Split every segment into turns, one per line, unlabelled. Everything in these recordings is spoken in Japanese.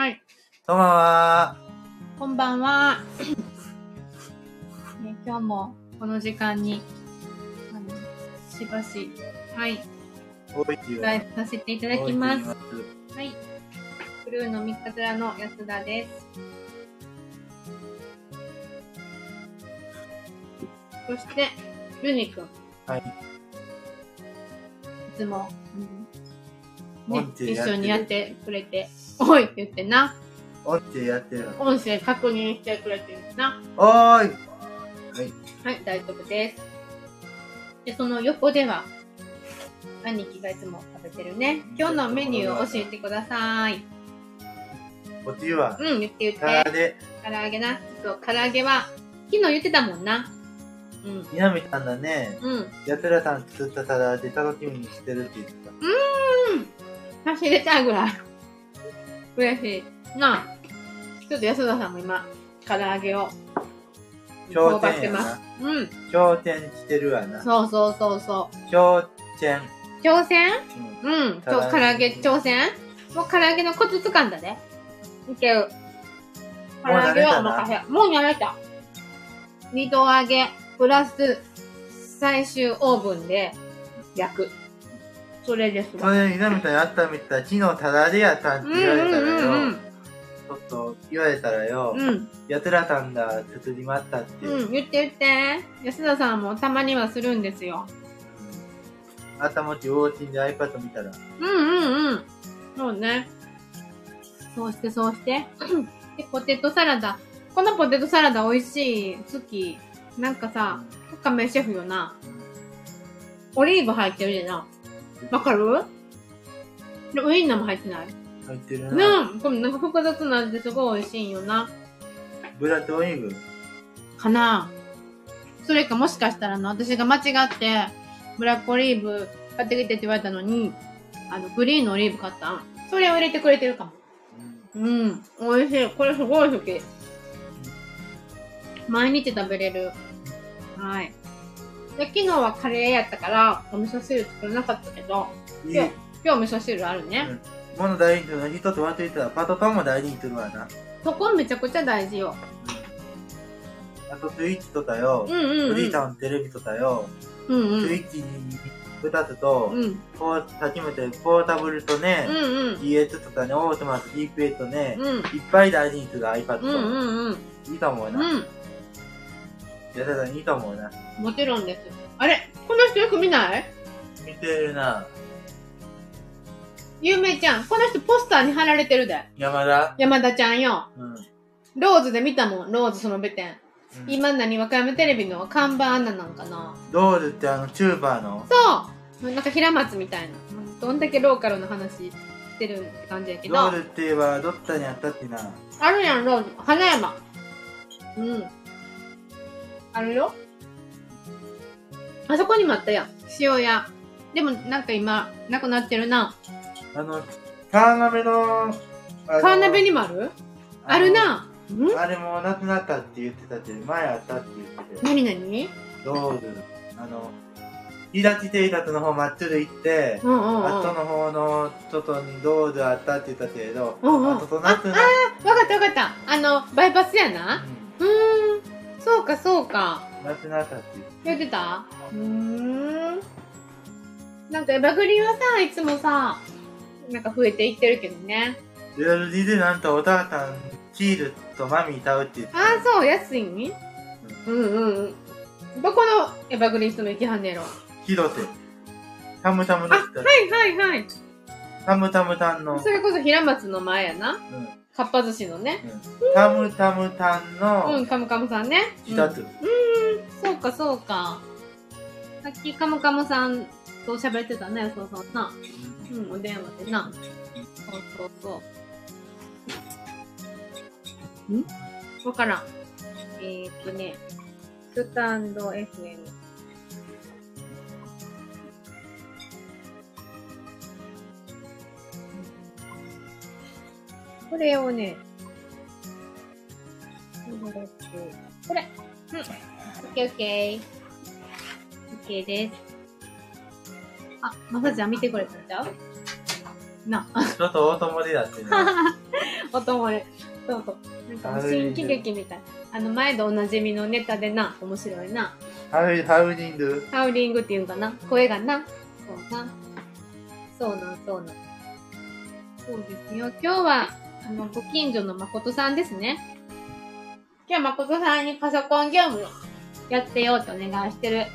こんばんは。
こんばんは。 ね、今日もこの時間に、あの、しばし、はい、
おい
ライブさせていただきます。
おい
はい。ブルーの三日面の安田です。そして、ルニ君、い
はい。
つも、うん
オ
ね
ン、チェ
一
やって
緒
る
にやってくれて、おいって言ってな、
オンチェやってるの。
音声確認してくれてるな。
おーい。
はい、大丈夫です。で、その横では、兄貴がいつも食べてるね。今日のメニューを教えてください。
おつゆは、
うん、言って言
唐
っ
揚
て。
げ、
唐揚げな。そう、唐揚げは、昨日言ってたもんな。うん。
みなみさんがね、
うん。
やつらさん作った唐揚げ楽しみにしてるって言ってた。
走れちゃうぐらい。嬉しい。なあ。ちょっと安田さんも今、唐揚げを、ば
挑戦
して
や
ます
な。。
うん。
挑戦してるわな。
そうそうそうそ
挑戦。
う。挑戦
うん
うん。
唐揚
そう、
げ
唐揚げ挑戦もう唐揚げのコツつかんだね。いける。唐揚げはお任せ。もうやめた。二度揚げ、プラス、最終オーブンで焼く。それです
そ
わ。
れ、みなみさんに会ったみたい、昨日唐揚げやったん
う
って
ん
言われた
う
らよ、
ん
ちょっと言われたらよ、
うんうん。うん。
やつらさんが作りましたって。
うん、言って言って。安田さんもたまにはするんですよ。
頭打ちおうちで iPad 見たら、
うんうんうん。そうね。そうしてそうして。で、ポテトサラダ。このポテトサラダ美味しい。好き。なんかさ、高めシェフよな。オリーブ入ってるでな。わかるでウインナーも入ってない
入ってるな。
なあ、これなんか複雑な味ですごい美味しいんよな。
ブラッドオリーブ。
かなそれかもしかしたらの、私が間違って、ブラックオリーブ買ってきてって言われたのに、あの、グリーンのオリーブ買ったん。それを入れてくれてるかも。うん、美味しい。これすごい好き。毎日食べれる。はい。で昨日はカレーやったから、お味噌汁作れなかったけど、
うん、いい
今日、今日お味噌汁あるね。
もの大事にするの人と忘れてたらパトトンも大事にするわな。
そこめちゃくちゃ大事よ。
あとスイッチとかよ
う、んうん、うん。
フリータウンテレビとかよ、
うんうん。
スイッチに2つと、
うんうん
ポーさっきも言ったポータブルとね、
うん。
DX とかね、オートマス、DP8 とね、
うん
いっぱい大事にする iPad
うんう
と。
んうん。
いいと思うな。
うん。
やたらいいと思うな。
もちろんです。あれこの人よく見ない
見てるな。
有名ちゃん。この人ポスターに貼られてるで。
山田。
山田ちゃんよ。
うん。うん
ローズで見たもん、ローズそのベテン。今何和歌山テレビの看板アナなんかな
ドールってあのチューバーの
そうなんか平松みたいな。どんだけローカルの話してるって感じやけ
ド
ど。
ールって言えばどっかにあったってな
あるやん、ローズ。花山。うん。あるよ。あそこにもあったやん。塩屋。でも、なんか今、なくなってるな。
あのカーナベの
カーナベ
に
にもあるあるな。ん
あれもなくなったって言ってたって前あったって言ってて
なになに
ドールあのイラチテイラトの方まっつる行って
うんうんうん。
あと
わか
の方の外にドールあったって言ったけれど、
うんうん
あととなってな
ったわかった。あの、バイパスやな。うーん。そうかそうか。
うんなくなったって言って
言ってたうーん。なんかエバグリーはさ、いつもさ、なんか増えていってるけどね。
LD でなんとお母さんチールとマミー歌うって言ってた
ああ、そう、安いにうんうんうん。どこのエバグリーンスも行きはんねやろ。は
広瀬タムタムの人たち
いはいはい。
タムタムタンの
それこそ平松の前やな。
うん
かっぱ寿司のね。
タムタムタン
う
の
ん、カムカムさんね。うん
2つ、
そうか、そうか。さっき、カムカムさんと喋ってたね、安田さんな。うん、お電話でな。そうそうそう。んわからん。えー、っとね、スタンド FM。これをね、これ。うん。オッケーオッケー。オッケーです。あ、まさちゃん見てくれたんちゃうな。。
ちょっと大友でだってね
おともれ。そうそう。なんかもう新喜劇みたい。あの、前でおなじみのネタでな、面白いな。
ハウハウリング。
ハウリングっていうんかな。声がな。そうな。そうなん、そうなん。そうですよ。今日は、あの、ご近所の誠さんですね。今日は誠さんにパソコン業務やってよってお願いしてる。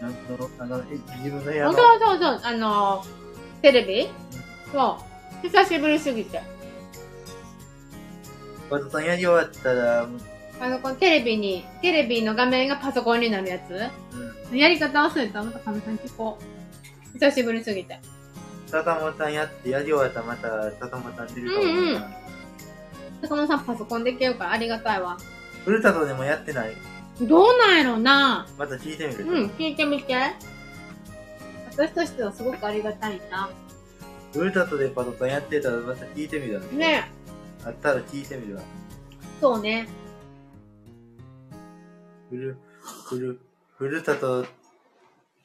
なんと、あの、え自分の部
そ
屋
う
の。
そうそう、あの、テレビそう。久しぶりすぎて。
パソコンやり終わったら、うん。
あの、このテレビに、テレビの画面がパソコンになるやつやり方忘れたまたかみさん聞こう。久しぶりすぎて。
たたもさんやって、やり終わったらまた、たたもさん出るかもしれない。
坂本さんパソコンできるからありがたいわ。
ふるさとでもやってない。
どうなんやろな
また聞いてみる。
うん、聞いてみて。私としてはすごくありがたいな。
ふるさとでパソコンやってたらまた聞いてみるわ。
ね
あったら聞いてみるわ。
え、そうね。
ふる、ふる、ふるさと、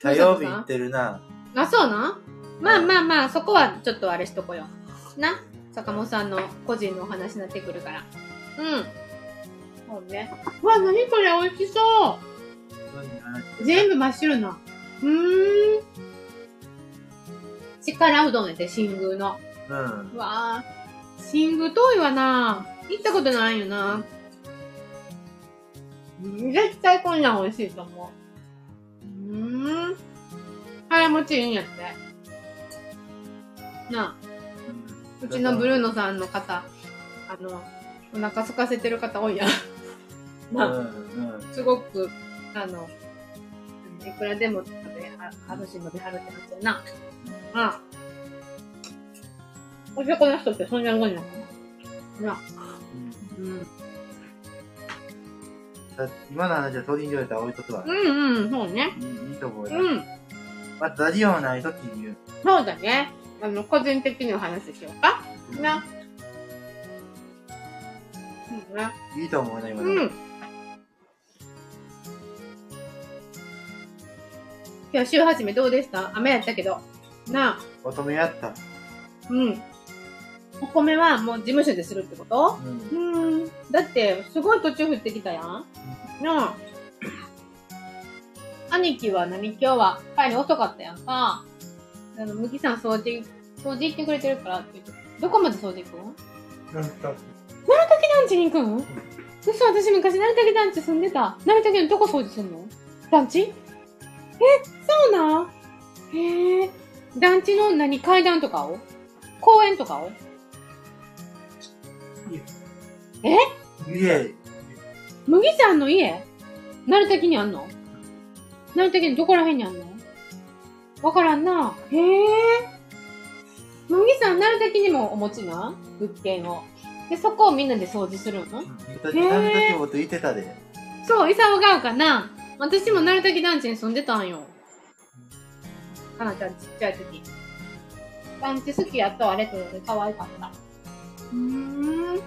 火曜日行ってるな。
あ、そうなんまあまあまあ、そこはちょっとあれしとこよ。な坂本さんの個人のお話になってくるから。うん。そうね。うわ、なにこれ美味しそ
そうう
全部真っ白な。うーん。力うどんやって、新宮の。
うん。
うわぁ、新宮遠いわなぁ。行ったことないよなうん絶対こんなん美味しいと思う。うーん。腹持ちいいんやって。なあ、うちのブルーノさんの方、あの、お腹空かせてる方多いやん。
うん
なあ、
うん。
すごく、あの、いくらでも食べ、あ話伸びはるって感じやな。ああ。お酒の人ってそんな動いなの
うん
うん。
さ今の話はトリンジョータ置いとくわ。
うんうん、そうね。
いいいいと思うよ。
うん。
また、ラジオないときに言う。
そうだね。あの、個人的にお話ししようか。な。うんね。
いいと思うな、今の。
うん。今日週始めどうでした雨やったけど。なあ。
乙女やった。
うん。お米はもう事務所でするってこと
うん。
うーん。だって、すごい途中降ってきたやん。なあ。兄貴は何今日は帰り遅かったやんか。あの、麦さん掃除、掃除行ってくれてるからって言って。どこまで掃除行くん
なんか、
団地に行くん嘘、私昔成竹団地住んでた。成竹のどこ掃除すんの団地え、そうなんへえ。団地の何階段とかを公園とかを
家、
麦さんの家鳴滝にあんの鳴滝のどこら辺にあんのわからんな。へえ。麦さん鳴滝にもお持ちな物件を。で、そこをみんなで掃除するの
昔、あの時もと言ってたで。
そう、伊沢が丘な。私も鳴滝団地に住んでたんよ。かなちゃんちっちゃい時。団地好きやったわ、レトロで可愛かった。うーん。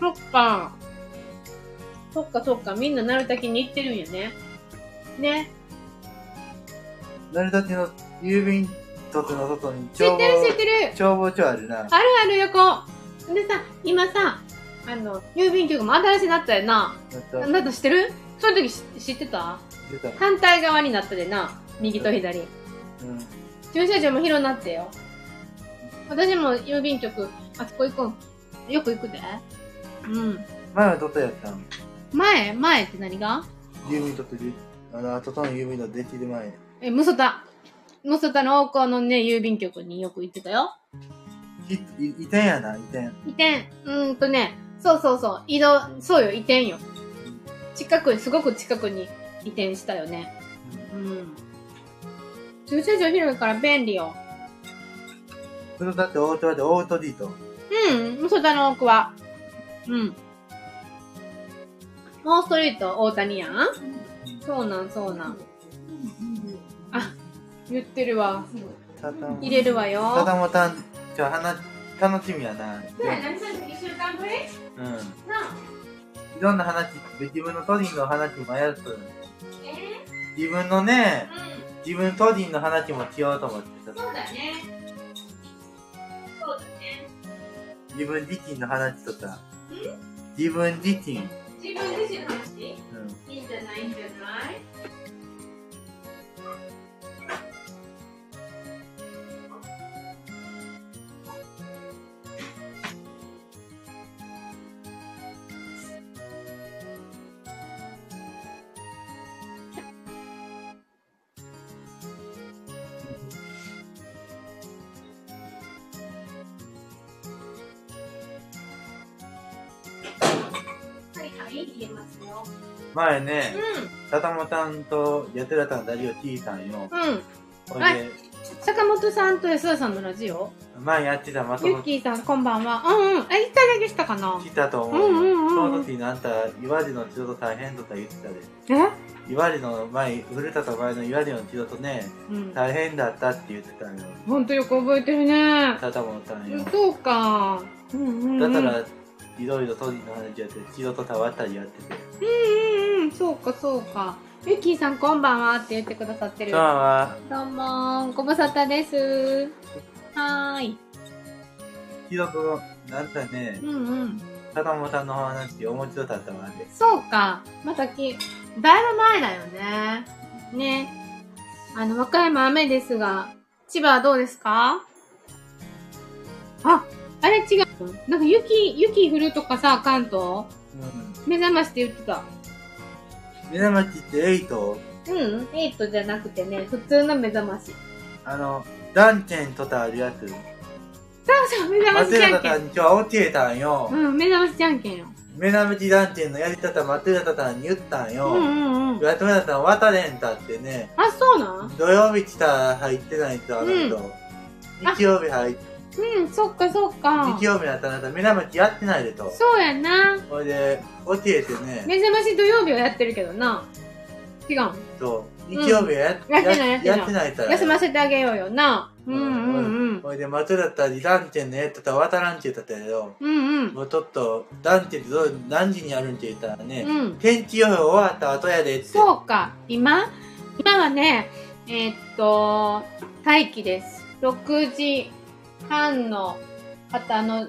そっか。そっかそっか、みんな鳴滝に行ってるんやね。ね。
成田家の郵便局の外に
知っ
消
てる知っ
防、
てる。
消防庁あるな。
あるある横。でさ、今さ、あの、郵便局も新しいなったよな。
ちょっと
あなた知ってるその時し知ってた
出た。
反対側になったでな。右と左。
うん。
駐車場も広なってよ。私も郵便局、あそこ行こう。よく行くで。うん。
前はどこやったん
前前って何が
郵便局で、あの、後との郵便局できる前。
え、ムソタ。ムソタの王校のね、郵便局によく行ってたよ。
ひい移転やな、移転。
移転。うーんとね、そうそうそう。移動、そうよ、移転よ。近くに、すごく近くに移転したよね。うん。駐車場広いから便利よ。
それだってオートでオートディート。
うん、ムソタの奥は。うん。ノーストリート大谷やんそうなん、そうなん。あ、言ってるわ。
たたも
入れるわ
た
よ。
たもたん、ちょ、はな、楽しみやな。
何歳の週間ぶり
うん。
なあ、
いろんな話、自分のトリンの話もやると、
え
自分のね、
うん、
自分トリンの話もしようと思ってた。
そうだね。そうだね。
自分自身の話とか。自分自身。うん。
自分自身の話いいんじゃないいいんじゃないはいはい、言えますよ。
前ね、たたまさんとやってたんだりを聞いたんよ。
うん。うん。
ほい
は
で、
坂本さんと安田さんのラジオ
前やってたまと
ゆっ
も
きーさん、こんばんは。うんうん。え、一回だけしたかな
来たと思うよ。
うんうんうんうん
その時にあんた、岩地の千代と大変とか言ってたで。
え
岩地の前、古田と前の岩地の千代とね、
うん。
大変だったって言ってたんよ。
ほんとよく覚えてるね。
たたまさんよ。
そうか。うんうん、うん。
だから、いろいろ当時の話やって、千代とたわったりやってて。
うんうん、そうかそうか。ゆきーさんこんばんはって言ってくださってる。
今
ど
は、
うもーご無沙汰です。はーい。
千代と、なんかね
う、んうん。
たたまさんの話、面白かったわね。
そうか。またき、だいぶ前だよね。ね。あの、和歌山雨ですが、千葉はどうですかあ、あれ違う。なんか雪、雪降るとかさ、関東
うん。
目覚ましって言ってた。
目玉ちってエイト、
うん、エイトじゃなくてね、普通の目覚まし。
あの、ダンチェンとたあるや
そ
つ。
うそう、目覚まし
松
じゃ
浦
んけ
さん
ん。
に今日教えたんよ。
うん、目覚ましじゃんけんよ。
目覚めち団店のやり方松浦さんに言ったん
う
よ。
んうんうん。
松浦さん渡れんたってね、
あ、そうなん
土曜日来たら入ってないとあの人、
あ
日曜日入っ
うん、そっかそっか
日。曜日だったらあなた目覚めちやってないでと。
そうやな。
それで、教えてね、
目覚まし土曜日はやってるけどな。違うん。
そう、日曜日はや,、
うんやってないや
や
っ
っててないから。
休ませてあげようよな。うんうんうん。
それで、松浦さんに団店のやり方渡らんって言ったけど、
うんうん。
もうちょっと、団店ってどう何時にやるんって言ったらね、
うん。
天気予報終わった後やでって。
そうか。今今はね、えーっと、待機です。6時半の方の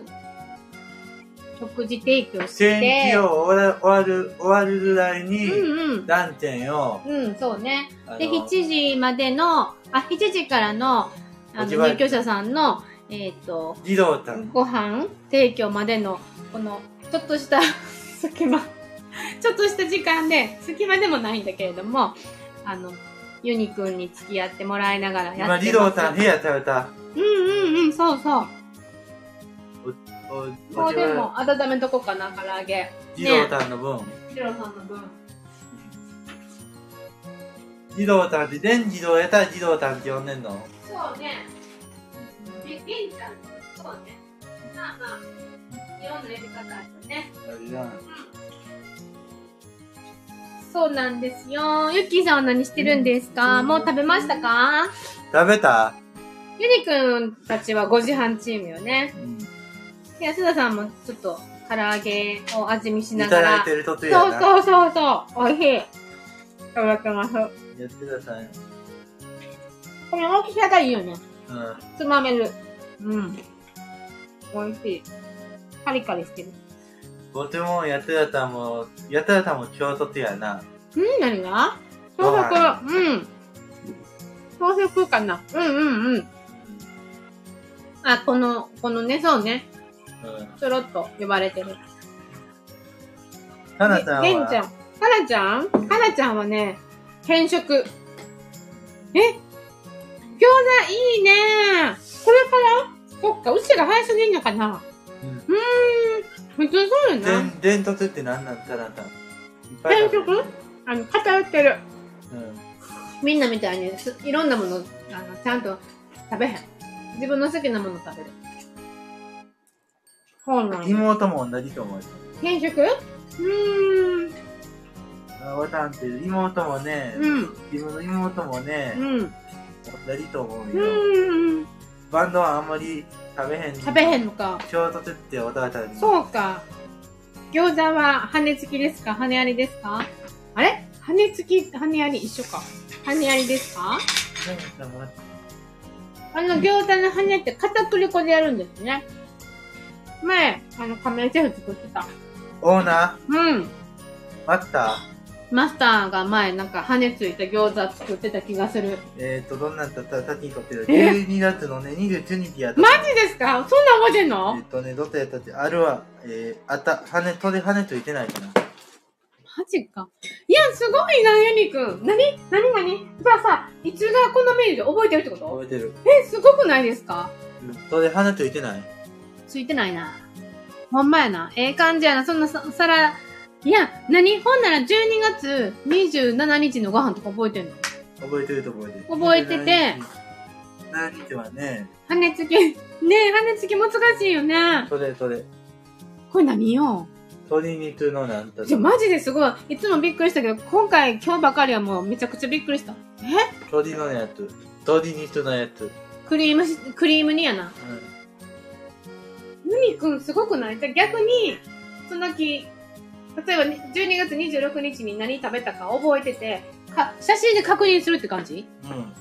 食事提供し
天気
て
予。報終わ終わる、終わるぐらいに、
うんうん。
ダンテンを、
うん、そうね。
あの
で、7時までの、あ、7時からの、あの、
おじわ
入居者さんの、えっ、と、
児童さん、
ご飯提供までの、この、ちょっとした 隙間、ちょっとした時間で、隙間でもないんだけれども、あの、ユニくんに付き合ってもらいながらや
今、
ってます。
児童さん部屋食べた。
うんうんうん、そうそう。
おお
もう
じわ
でも、温めとこうかな、唐揚げ。
児童さんの分。
ヒロさんの分。
児童さんって、全児童やったら児童さんって呼んでんの
そうね。え、げんちゃん。そうね。まあまあ、いろんなやり方あるよね。
あれじゃん
そうなんですよ。ゆっきーさんは何してるんですかもう食べましたか
食べた
ゆりくんたちは5時半チームよね。
うん。い
で安田さんもちょっと唐揚げを味見しな
た
が
だい
ら。
てる途中や
そう
な。
そうそうそう。おいしい。いただきます。
やってください。
これ大きさがいいよね。
うん。
つまめる。うん。おいしい。カリカリしてる。
ボテモンやってたらも、やってたらも京都ってやな。
うん何が朝
ご
食
飯
うん。朝食かな。うんうんうん。あ、この、このね、そうね。
うん。うん。
ちょろっと呼ばれてる。
かなちゃんは、
げんちゃん。かなちゃんかなちゃんはね、偏食。え餃子いいねこれからそっか、うちが配信でいいのかな
うん
うーん。普通そうよな。
伝伝統って何なんかなたんいっぱい
偏
食べ
食あの、偏ってる。
るうん。
みんなみたいにすいろんなものあのちゃんと食べへん自分の好きなもの食べるそうなんや
妹も同じと思うよ。
偏食うーん
わたんってる妹もね、
うん
自分の妹もね
う、ん
同じと思う
う
よ。
ん
バンドはあんまり食べへん。
食べへ
ん。
んのか
衝突ってお互い食べう。
そうか餃子は羽付きですか羽ありですかあれ羽付き羽あり一緒か羽ありですかあの餃子の羽って片栗粉でやるんですね前、あの、仮面シェフ作ってた。
オーナ
うん。
ー、マスタ
マスターが前、なんか、羽ついた餃子作ってた気がする。
ー、えっ、ー、と、どんなんだったらタキにとってる
え
12月のね、29日やった。
マジですかそんなん覚えてんの
えっとね、どたやったって、あるは、えー、あた、羽、とで羽ついてないかな。
マジか。いや、すごいな、ユニくん。なになになにじゃあさ、いつがこのメニューで覚えてるってこと
覚えてる。
え、すごくないですか
とで羽ついてない
ついてないな。ほんまやな。ええ感じやな。そんなさ、さら、いや、なにほんなら12月27日のご飯とか覚えてんの
覚えてると覚えてる。
覚えてて。
何日はね、
羽付き。 ねえ、羽付き難しいよね。
とでとで、
これ何よ
鶏肉のなんたら、
じゃ、
鶏
マジですごい。いつもびっくりしたけど、今回、今日ばかりはもうめちゃくちゃびっくりした。え
のやつ、鶏肉のやつ。うん
クリームし、クリームにやな。ユニくんすごくないじゃあ逆に、その時、例えばね12月26日に何食べたか覚えてて、か写真で確認するって感じ
うん。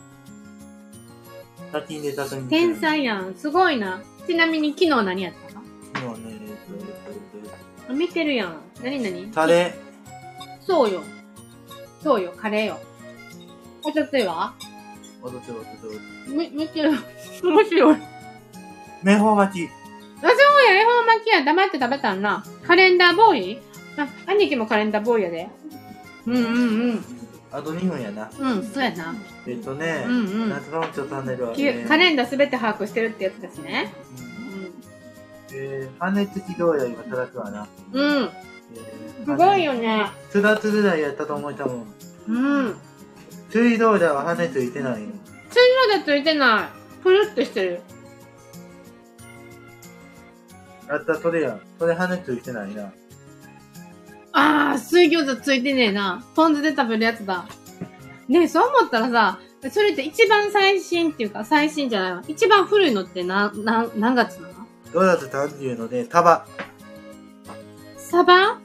先に出た時に。
天。才やん。すごいな。ちなみに昨日何やったか
もうね、えっと、えっとえっ
あ見てるやん。何何
と、タレ、
そうよ。そうよ、カレーよ。おとついは
踊って踊って踊って。
み、見てる。面白い。
恵方巻き。
そうや、恵方巻きや。黙って食べたんな。カレンダーボーイあ、兄貴もカレンダーボーイやで。うんうんうん。
あと2分やな。
うん、そうやな。
えっとね、
うんうん
夏のちょっとチャンネルは、
き
ね、
カレンダーすべて把握してるってやつですね。う
えー、羽付き同様今正しくはな。
ん。うん。
えー
すごいよ。ね。
つらつらやったと思えたもん。
うん。
水道では羽ついてないよ。
水曜だといてない。プルっとしてる。
あった、それや。それ羽ついてないな。
ああ、水餃子ついてねえな。ポン酢で食べるやつだ。ねえ、そう思ったらさ、それって一番最新っていうか、最新じゃないわ。一番古いのってな、な、何月なの
ドラズ30のね、束。
サバ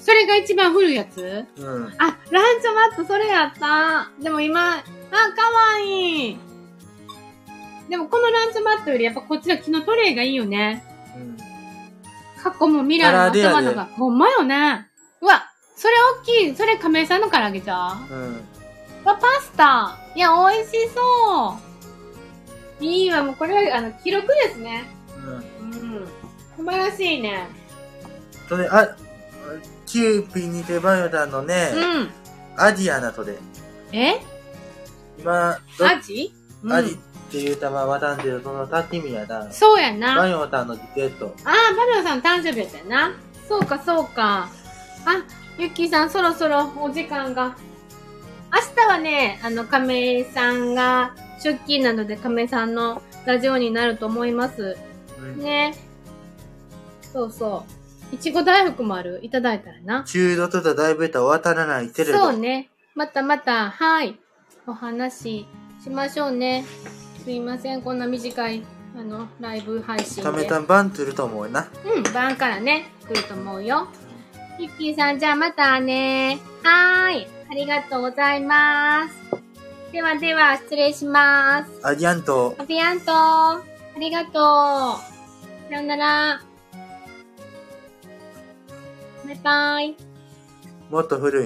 それが一番古いやつ
うん。
あ、ランチョマットそれやった。でも今、あ、かわいい。でもこのランチョマットよりやっぱこっちの木のトレイがいいよね。
うん。
過去も未来も頭のが。ほんまよね。うわ、それ大きい。それ亀井さんの唐揚げじゃん。
うん。
わ、パスタいや、美味しそういいわ、もうこれは、あの、記録ですね。
うん。
うん。素晴らしいね。
それ、あ、キューピーにてバイオダンのね
う、ん。
アジアなとで。
え
今、ど
アジうん
アジっていう玉渡んでる、その滝宮だ。
そうやな。
バ
あ
イオダンのリクエスト。
ー、バルオさん誕生日やったよな。そうか、そうか。あ、ゆっきーさん、そろそろお時間が。明日はね、あの、亀井さんが出勤なので亀井さんのラジオになると思います。
うん。
ね。そうそう。いちご大福もある。いただいたらな。
中毒とだいぶと渡らないけれど。
そうね。またまた、はい。お話ししましょうね。すいません。こんな短い、あの、ライブ配信で。
ためたんバンすると思うな。
うん、晩からね、来ると思うよ。ゆっきーさん、じゃあまたね。はーい。ありがとうございます。ではでは、失礼します。
アジアンと、
アビアントありがとうさよならバイバイ
もっと古い。